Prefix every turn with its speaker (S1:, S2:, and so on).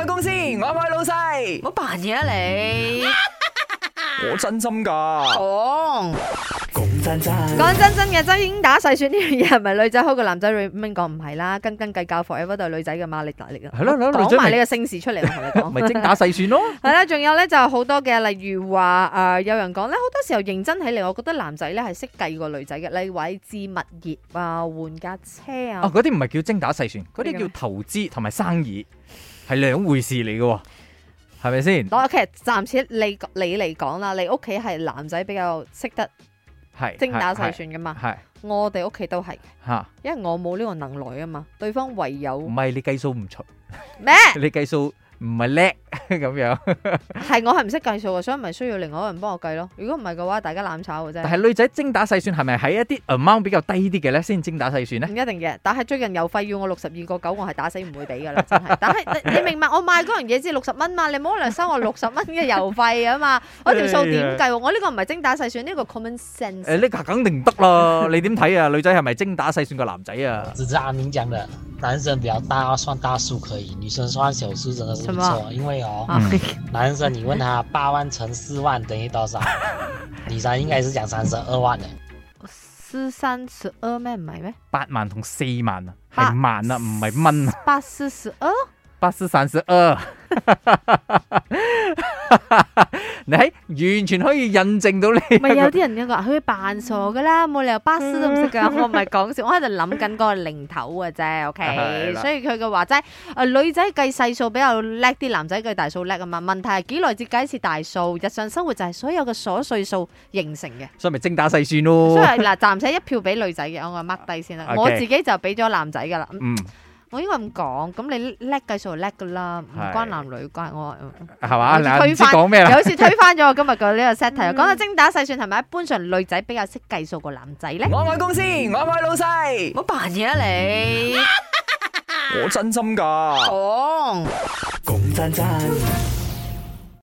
S1: 我愛老細
S2: 唔，好扮嘢啊你！
S1: 嗯我真心㗎。
S2: 講
S3: 講真真，
S2: 講真真嘅，真英打細算呢樣嘢係咪女仔好過男仔？明講唔係啦，斤斤計較 forever 都係女仔嘅馬力大力啊！
S1: 係咯係咯女
S2: 講
S1: 仔咪
S2: 埋呢個姓氏出嚟，我同你講。
S1: 咪精打細 算咯。
S2: 係啦，仲有咧就好多嘅，例如話誒、呃有人講咧，好多時候認真起嚟，我覺得男仔咧係識計過女仔嘅，例如位置、物業啊、換架車
S1: 啊，
S2: 啊，
S1: 嗰啲唔係叫精打細算，嗰
S2: 嗰啲
S1: 啲
S2: 叫
S1: 叫投資同埋生意，係兩回事嚟嘅喎，係咪先？
S2: 我其實暫時你你嚟講啦，你屋企係男仔比較識得
S1: 係
S2: 精打細算噶嘛，
S1: 係，係
S2: 我哋屋企都係，
S1: 嚇，
S2: 因為我冇呢個能耐啊嘛，對方唯有
S1: 唔係你計數唔出，
S2: 咩？
S1: 你計數唔係叻 咁樣。
S2: 係我係唔識計數嘅，所以咪需要另外一個人幫我計咯。如果唔係嘅話，大家攬炒嘅
S1: 但
S2: 啫，
S1: 係女仔精打細算係咪喺一啲 amount 比較低啲嘅咧先精打細算
S2: 唔
S1: 咧？
S2: 一定嘅。但係最近郵費要我六十二個九，我係打死唔會俾 噶啦，真係。但係你你明白我買嗰樣嘢只六十蚊嘛，你冇可能收我六十蚊嘅郵費 啊嘛，我條數點計喎？我呢個唔係精打細算，呢、個 common
S1: 誒
S2: sense。啊
S1: 呢個肯定唔得 啦！你點睇啊？女仔係咪精打細算過男仔啊？
S4: 只是阿明讲的，男生比较大算大数可以，女生算小数真的是
S2: 什
S4: 不
S2: 么
S4: 错。因为
S1: 嗯
S4: 哦，
S2: 啊，
S4: 男生你问他八万乘四万等于 多少，女生应该是讲三十二万的。
S2: 四三十二咩？唔係咩？
S1: 八萬同四萬啊，
S2: 八
S1: 係萬啊，唔係蚊啊，
S2: 八四十二，
S1: 八四三十二。 你喺完全可以印證到 你
S2: 咪有啲人嘅話佢扮傻噶啦，冇理由巴斯都唔識噶。我唔係講笑，我喺度諗緊嗰個零頭嘅啫。
S1: 係
S2: OK，
S1: 啦
S2: 所以佢嘅話齋，呃女仔計細數比較叻啲，男仔計大數叻啊嘛。問題係幾耐至計一次大數？日常生活就係所有嘅瑣碎數形成嘅。
S1: 所以咪精打細算咯
S2: 所以。嗱， 暫且一票俾女仔嘅，我話 mark 低先啦。
S1: OK
S2: 我自己就俾咗男仔噶啦。
S1: 嗯，
S2: 我應該咁講，咁你叻計數就叻噶啦，唔
S1: 係
S2: 關男女關我。嗯
S1: 係嘛？
S2: 好似
S1: 啊嗱，
S2: 推
S1: 唔知
S2: 翻
S1: 講咩啦。
S2: 有次推翻咗我今日嘅呢個 set 題，講到精打細算係咪一般上女仔比較識計數過男仔咧？
S1: 我愛公司，我愛老細
S2: 唔，好扮嘢啊你！
S1: 我真心㗎。
S2: 講
S3: 講真真。